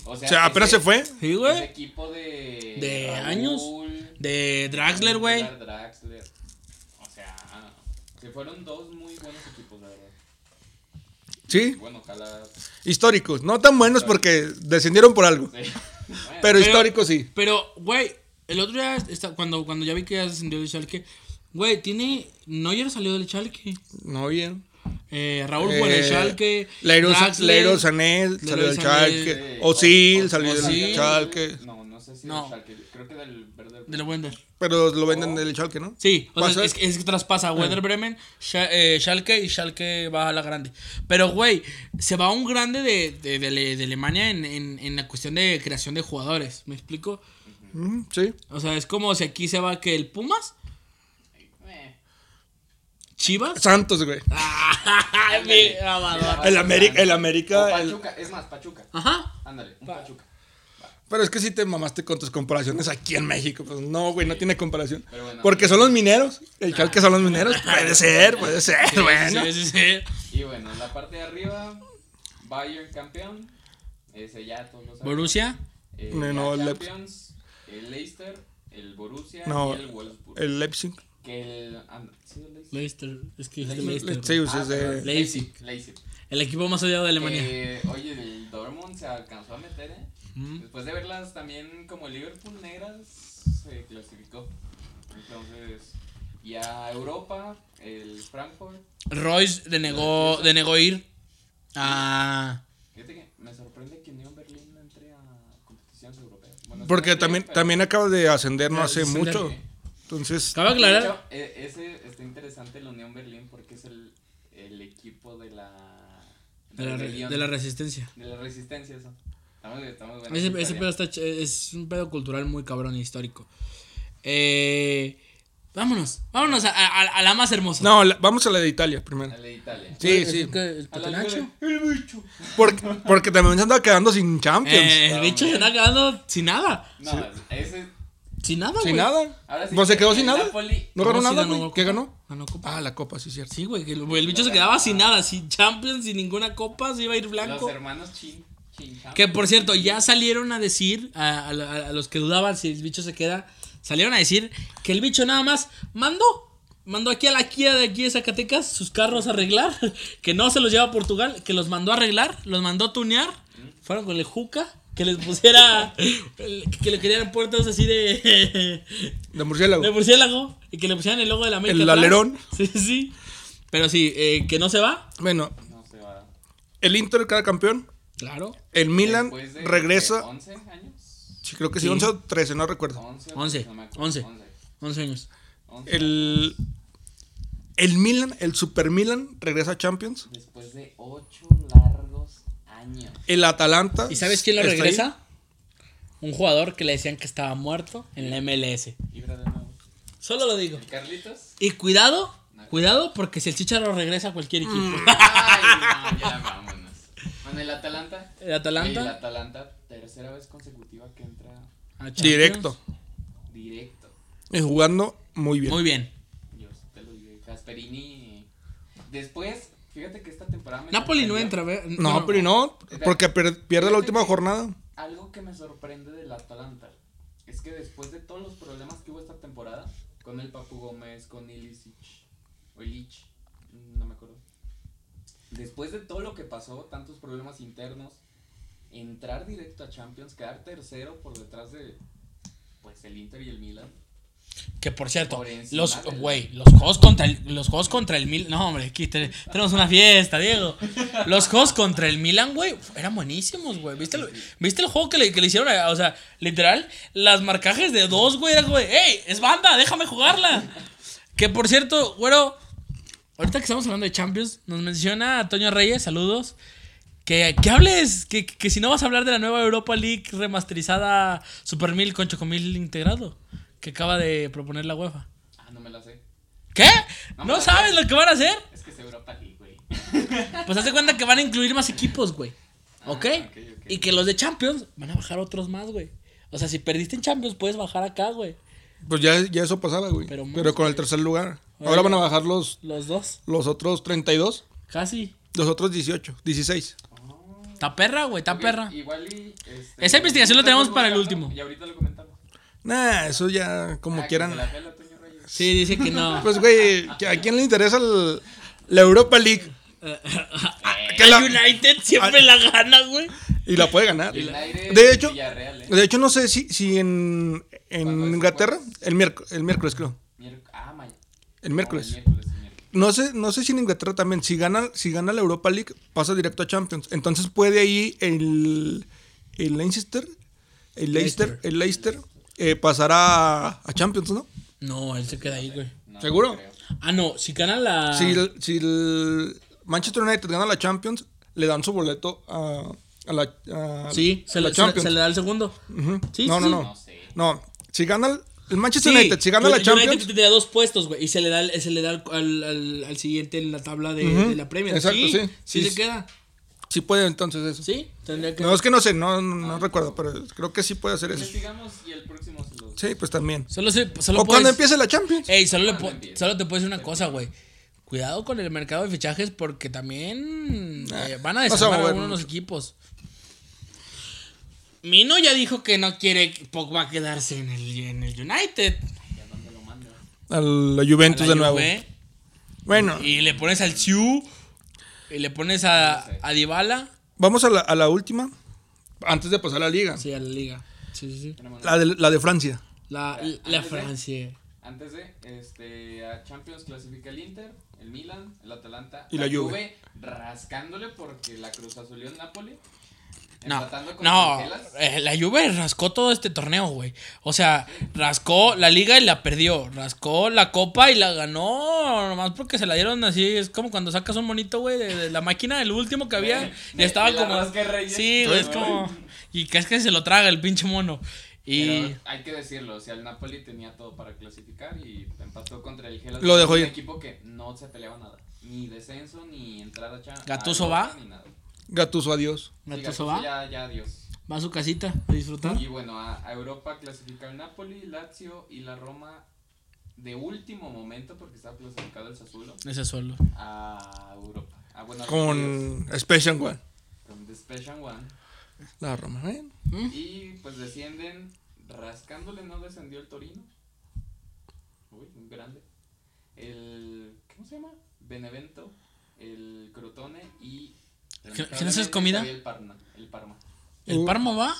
C: O
D: O sea, apenas
C: ese-
D: se fue.
B: Sí,
C: Ese
B: güey.
C: equipo de.
B: De años. De Draxler,
C: Draxler,
B: güey.
C: Draxler. O sea, se fueron dos muy buenos equipos, la verdad. Y
D: Sí,
C: bueno, ojalá.
D: históricos. No tan buenos porque descendieron por algo.
C: sí. Bueno,
D: Pero históricos sí.
B: Pero, güey, el otro día, está- cuando, cuando ya vi que ya descendió el Schalke, güey, tiene. Neuer salió del Schalke.
D: No bien.
B: Eh, Raúl fue del
D: Eh,
B: Schalke.
D: Leiro,
B: Draxler.
D: Leiro Sané salió del
B: Sané.
D: Chalque.
C: eh,
D: Ozil
C: o-
D: salió
B: Ozil.
D: del Chalque.
C: No, no sé si
B: No.
C: del Schalke, Creo que del Verde.
B: Del Wender.
D: Pero lo venden del Chalque, ¿no?
B: Sí, o
D: ¿Pasa?
B: sea, es, que- es que
D: Ah.
B: traspasa Werder Bremen, Scha- eh, Schalke y Schalke va a la grande. Pero, güey, se va un grande de, de, de Ale- de Alemania en, en, en la cuestión de creación de jugadores. ¿Me explico?
D: Mm, sí.
B: O sea, es como si aquí se va que el Pumas,
C: Eh,
B: Chivas.
D: Santos, güey.
B: ¡Ay, mi amador!
D: El América, el
C: Ah, o
D: América. el-
C: Pachuca, es más, Pachuca.
B: Ajá.
C: Ándale, un Pachuca.
D: Pero es que sí te mamaste con tus comparaciones aquí en México. Pues no, güey, no tiene comparación.
C: Pero bueno.
D: Porque son los mineros. El Chalque son los mineros. Puede ser, puede ser, bueno.
B: Sí, sí, sí.
C: Y bueno, en la parte de arriba, Bayern campeón. Ese ya todos lo saben.
B: Borussia.
C: Eh,
D: No, no,
C: ya
D: Leip-
C: Champions, el Leicester, el Borussia
D: No,
C: y el Wolfsburg.
D: El Leipzig.
C: que el... and- ¿sí, el Leipzig?
B: Leicester. Es que dijiste
D: Le-
B: Leicester.
D: Leipzig,
C: Ah,
D: es de-
C: perdón,
B: Leipzig.
C: Leipzig.
B: El equipo más odiado de Alemania.
C: Que, Eh, oye, el Dortmund se alcanzó a meter, ¿eh? Después de verlas también como el Liverpool negras, se clasificó. Entonces, y a Europa, el Frankfurt.
B: Royce denegó, denegó ir a.
C: Fíjate que me sorprende que Unión Berlín no entre a competiciones europeas. Bueno, sí,
D: Porque
C: no
D: también,
C: creo, pero-
D: también acaba de ascender no
B: Ah,
D: hace
B: ascender.
D: mucho. Entonces,
B: Cabe
C: De hecho,
B: aclarar.
C: e- ese está interesante la Unión Berlín porque es el, el equipo de la.
B: De la, re-
C: rebelión,
B: de la resistencia.
C: de la resistencia, eso. Estamos, estamos buenos
B: Ese,
C: en
B: ese
C: historia.
B: pedo está ch- es un pedo cultural muy cabrón e histórico. Eh, vámonos, vámonos a, a- a la más hermosa.
D: no, la- vamos a la de Italia primero.
C: Al de Italia.
D: Sí, sí.
B: ¿El
C: A la altura de- El bicho.
D: Porque, porque también se anda quedando sin Champions.
B: Eh, el
D: "Ah,
B: bicho se está quedando sin nada.
C: No, ese.
B: Sin nada, güey.
D: sin nada.
C: Ahora sí
D: pues se
C: que
D: quedó sin
C: el
D: nada.
C: Napoli-
D: No ganó
B: No, sí
D: nada,
B: ganó
D: güey.
B: la
D: ¿Qué
B: copa.
D: ganó?
B: Ganó copa.
D: Ah, la copa, sí, cierto.
B: Sí, güey, que el, el bicho se quedaba sin nada, sin Champions, sin ninguna copa, se iba a ir blanco.
C: Los hermanos Chin. Chin Chan.
B: Que por cierto, ya salieron a decir, a, a- a- a los que dudaban si el bicho se queda, salieron a decir que el bicho nada más mandó, mandó aquí a la Kia de aquí de Zacatecas sus carros a arreglar, que no se los lleva a Portugal, que los mandó a arreglar, los mandó a tunear, fueron con el Juca, que les pusiera, el- que le querían puertas así de,
D: De murciélago.
B: de murciélago, y que le pusieran el logo de la América.
D: El
B: atrás.
D: alerón.
B: Sí, sí. Pero sí, eh, que no se va.
D: Bueno,
C: No se va.
D: el Inter queda campeón.
B: Claro.
D: El Milan
C: Después de- de
D: regresa.
C: 11 años.
D: Sí, creo que sí,
B: Sí.
D: 11 o 13, no recuerdo.
C: 11.
B: Once,
C: no me acuerdo,
B: once. 11 años.
C: once.
D: El, el Milan, el Super Milan regresa a Champions.
C: Después de 8 largos años.
D: El Atalanta.
B: ¿Y sabes quién lo
D: está ahí.
B: regresa? Un jugador que le decían que estaba muerto en la MLS.
C: Ibra de nuevo.
B: Solo lo digo.
C: ¿El Carlitos?
B: Y cuidado, cuidado, porque si el Chicharo regresa a cualquier equipo.
C: Mm. Ay, no, ya vámonos. Bueno, el Atalanta.
B: El
C: El
B: Atalanta.
C: Atalanta, tercera vez consecutiva que entra
B: a Ah, Champions.
D: Directo.
C: directo.
D: Y jugando muy bien.
B: Muy bien.
C: Yo te lo dije. Gasperini. Después, fíjate que esta temporada. me
B: Napoli no
C: sorprendió.
B: entra, ¿ve?
D: no, pero no, porque per- pierde la
C: Fíjate
D: última
C: que-
D: jornada.
C: Algo que me sorprende del Atalanta es que después de todos los problemas que hubo esta temporada, con el Papu Gómez, con Ilicic, o Illich, no me acuerdo. Después de todo lo que pasó, tantos problemas internos, entrar directo a Champions, quedar tercero por detrás de pues el Inter y el Milan.
B: Que por cierto,
C: Por encima
B: los
C: del-
B: güey, los juegos contra el, los juegos contra el Milan. No, hombre, aquí te- tenemos una fiesta, Diego. Los juegos contra el Milan, güey, eran buenísimos, güey. ¿Viste, el- ¿Viste el juego que le, que le hicieron? a- O sea, literal, las marcajes de dos, güey, era güey, ¡ey! ¡Es banda! ¡Déjame jugarla! Que por cierto, güero, ahorita que estamos hablando de Champions, nos menciona Antonio Reyes, saludos. Que, que hables, que, que si no vas a hablar de la nueva Europa League remasterizada Super Mil con Chocomil integrado que acaba de proponer la UEFA.
C: Ah, no me la sé.
B: ¿Qué?
C: No, pues,
B: ¿No
C: no,
B: sabes lo que van a hacer?
C: Es que es Europa League, güey.
B: Pues haz de cuenta que van a incluir más equipos, güey. ¿Ok?
C: Ah, ok, ok.
B: Y que los de Champions van a bajar otros más, güey. O sea, si perdiste en Champions, puedes bajar acá, güey.
D: Pues ya, ya eso pasaba, güey.
B: Pero
D: Pero,
B: más,
D: con el tercer lugar. Ahora van a bajar los,
B: Los dos.
D: los otros 32,
B: Casi.
D: los otros 18, 16.
B: Está perra, güey, está
C: Ok,
B: perra.
C: Igual y. este,
B: Esa investigación la
C: ahorita
B: tenemos para el
C: comentamos,
B: último.
C: Y ahorita lo comentamos.
D: Nah, eso ya como
C: Ah, que
D: quieran.
C: se la pela, Toño Reyes.
B: Sí, dice que no.
D: Pues, güey, ¿que ¿a quién le interesa el- la Europa League? Ah, que
B: El
D: la-
B: United siempre
C: Ah.
B: la gana, güey.
D: Y la puede ganar.
C: El aire
D: De hecho,
C: Villarreal, ¿eh?
D: de hecho no sé si, si en, en
C: ¿Cuándo es?
D: Inglaterra, el, miérc- el miércoles creo.
C: Miérc- ah, ma-
D: El miércoles.
C: No, Ah, el miércoles, el miércoles.
D: No sé, no sé si en Inglaterra también, si gana, si gana la Europa League, pasa directo a Champions. Entonces puede ahí el, el Leicester, el Leicester, el Leicester eh, pasar a, a Champions, ¿no?
B: No, él se queda ahí, güey.
C: No,
D: ¿Seguro?
C: no creo.
B: Ah, no, si gana la.
C: Ah.
D: Si, el, si el Manchester United gana la Champions, le dan su boleto a, a la a-
B: Sí, se,
D: a
B: lo-
D: la
B: se-
D: Champions.
B: se le da el segundo.
D: Ujú.
B: Sí,
D: no,
B: sí,
D: no,
B: sí.
D: no,
C: No
D: no.
C: sé.
D: si gana el, el Manchester
B: Sí,
D: United, si gana la
B: United
D: Champions,
B: tendría dos puestos, güey. Y se le da, al- se le da al, al- al- al siguiente en la tabla de,
D: Ujú,
B: de la Premier.
D: exacto,
B: sí,
D: sí,
B: sí.
D: sí,
B: se
D: sí.
B: queda.
D: sí puede entonces eso.
B: Sí, tendría que.
D: No, es que no sé, no, no,
C: Ah.
D: no recuerdo, pero creo que sí puede hacer eso.
C: Investigamos y el próximo se los.
D: Sí, pues también.
B: Solo, se, solo puedes- Eh,
D: O cuando empiece la Champions.
B: Ey, solo, le
C: Cuando
B: pu-
C: empiece.
B: solo te puedo decir una cosa, güey. Cuidado con el mercado de fichajes porque también eh, van a
D: no se va a
B: desarmar
D: mover
B: algunos de los equipos. Mino ya dijo que no quiere. Pogba quedarse en el, en el United.
C: ¿Y a dónde lo manda?
D: a la Juventus
B: a la
D: de nuevo.
B: Juve,
D: Bueno,
B: Y le pones al Siu. Y le pones a, a Dybala.
D: vamos a la, a la última. Antes de pasar a la liga.
B: Sí, a la liga. Sí, sí, sí.
D: La, de, la de Francia.
B: La, la Francia.
C: Antes de, este, a Champions clasifica el Inter, el Milan, el Atalanta.
D: Y la Juve.
C: rascándole porque la Cruz Azul el Napoli.
B: No,
C: empatando con
B: no,
C: Bruselas.
B: eh, la Juve rascó todo este torneo, güey. O sea, rascó la liga y la perdió. Rascó la copa y la ganó. Nomás porque se la dieron así. Es como cuando sacas un monito, güey, de, de la máquina, el último que había. Y
C: me-
B: estaba
C: me la
B: como.
C: rasca Reyes.
B: Sí, güey, es como. Y que es que se lo traga el pinche mono. Y.
C: Pero hay que decirlo, o sea, el Napoli tenía todo para clasificar y empató contra el Hellas.
D: Lo dejó
C: un
D: ir.
C: equipo que no se peleaba nada, ni descenso ni entrada cha- a
B: ¿Gattuso
C: Europa,
B: va?
C: ni nada. Sí,
D: Gatuso, adiós.
B: Gattuso
C: Gattuso
B: va.
C: Ya, ya adiós.
B: Va a su casita a disfrutar.
C: Y bueno, a, a Europa clasifica el Napoli, Lazio y la Roma de último momento porque está clasificado el Sassuolo
B: Ese suelo.
C: a Europa. Ah, bueno, a los
D: Con Special One.
C: Spurs, con the Special One.
D: La Roma, ¿eh?
C: Y pues descienden rascándole, no descendió el Torino. Uy, un grande. El ¿cómo se llama? Benevento, el Crotone y
B: ¿Qué- qué no haces comida?
C: El Parma, el Parma.
B: El
D: Uh.
B: Parma va.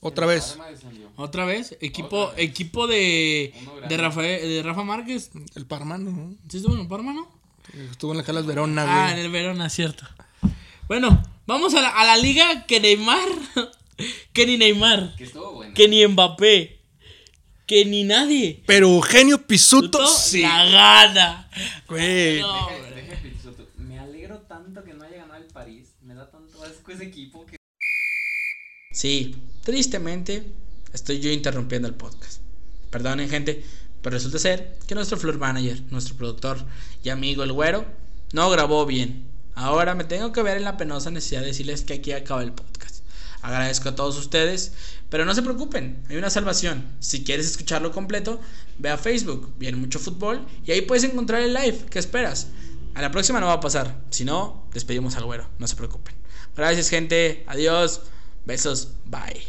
D: Otra
C: El
D: vez.
C: Parma descendió.
B: Otra vez. Equipo,
C: Otra vez.
B: equipo de.
C: Uno grande.
B: De, Rafael, de Rafa Márquez.
D: El Parmano, ¿no?
B: ¿Sí estuvo en el Parma, no?
D: Estuvo en la Calas Verona,
B: Ah, en
D: güey.
B: el Verona, cierto. Bueno, vamos a la, a la liga que Neymar, que ni Neymar,
C: Que estuvo bueno.
B: que ni Mbappé, que ni nadie.
D: Pero Eugenio Pisuto,
B: Tuto
D: sí. Eh,
B: La gana.
D: Güey.
B: No.
C: Deja-
B: hombre.
C: deja Pizzoto. Me alegro tanto que no haya ganado el París. Me da tanto asco ese equipo que.
E: Sí, tristemente estoy yo interrumpiendo el podcast. Perdonen gente, pero resulta ser que nuestro floor manager, nuestro productor y amigo el güero, no grabó bien. Ahora me tengo que ver en la penosa necesidad de decirles que aquí acaba el podcast. Agradezco a todos ustedes, pero no se preocupen, hay una salvación. Si quieres escucharlo completo, ve a Facebook, viene mucho fútbol y ahí puedes encontrar el live que esperas. A la próxima no va a pasar, si no, despedimos al güero, no se preocupen. Gracias gente, adiós, besos, bye.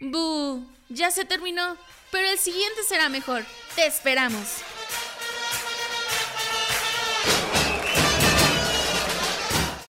A: Bu, ya se terminó, pero el siguiente será mejor. Te esperamos.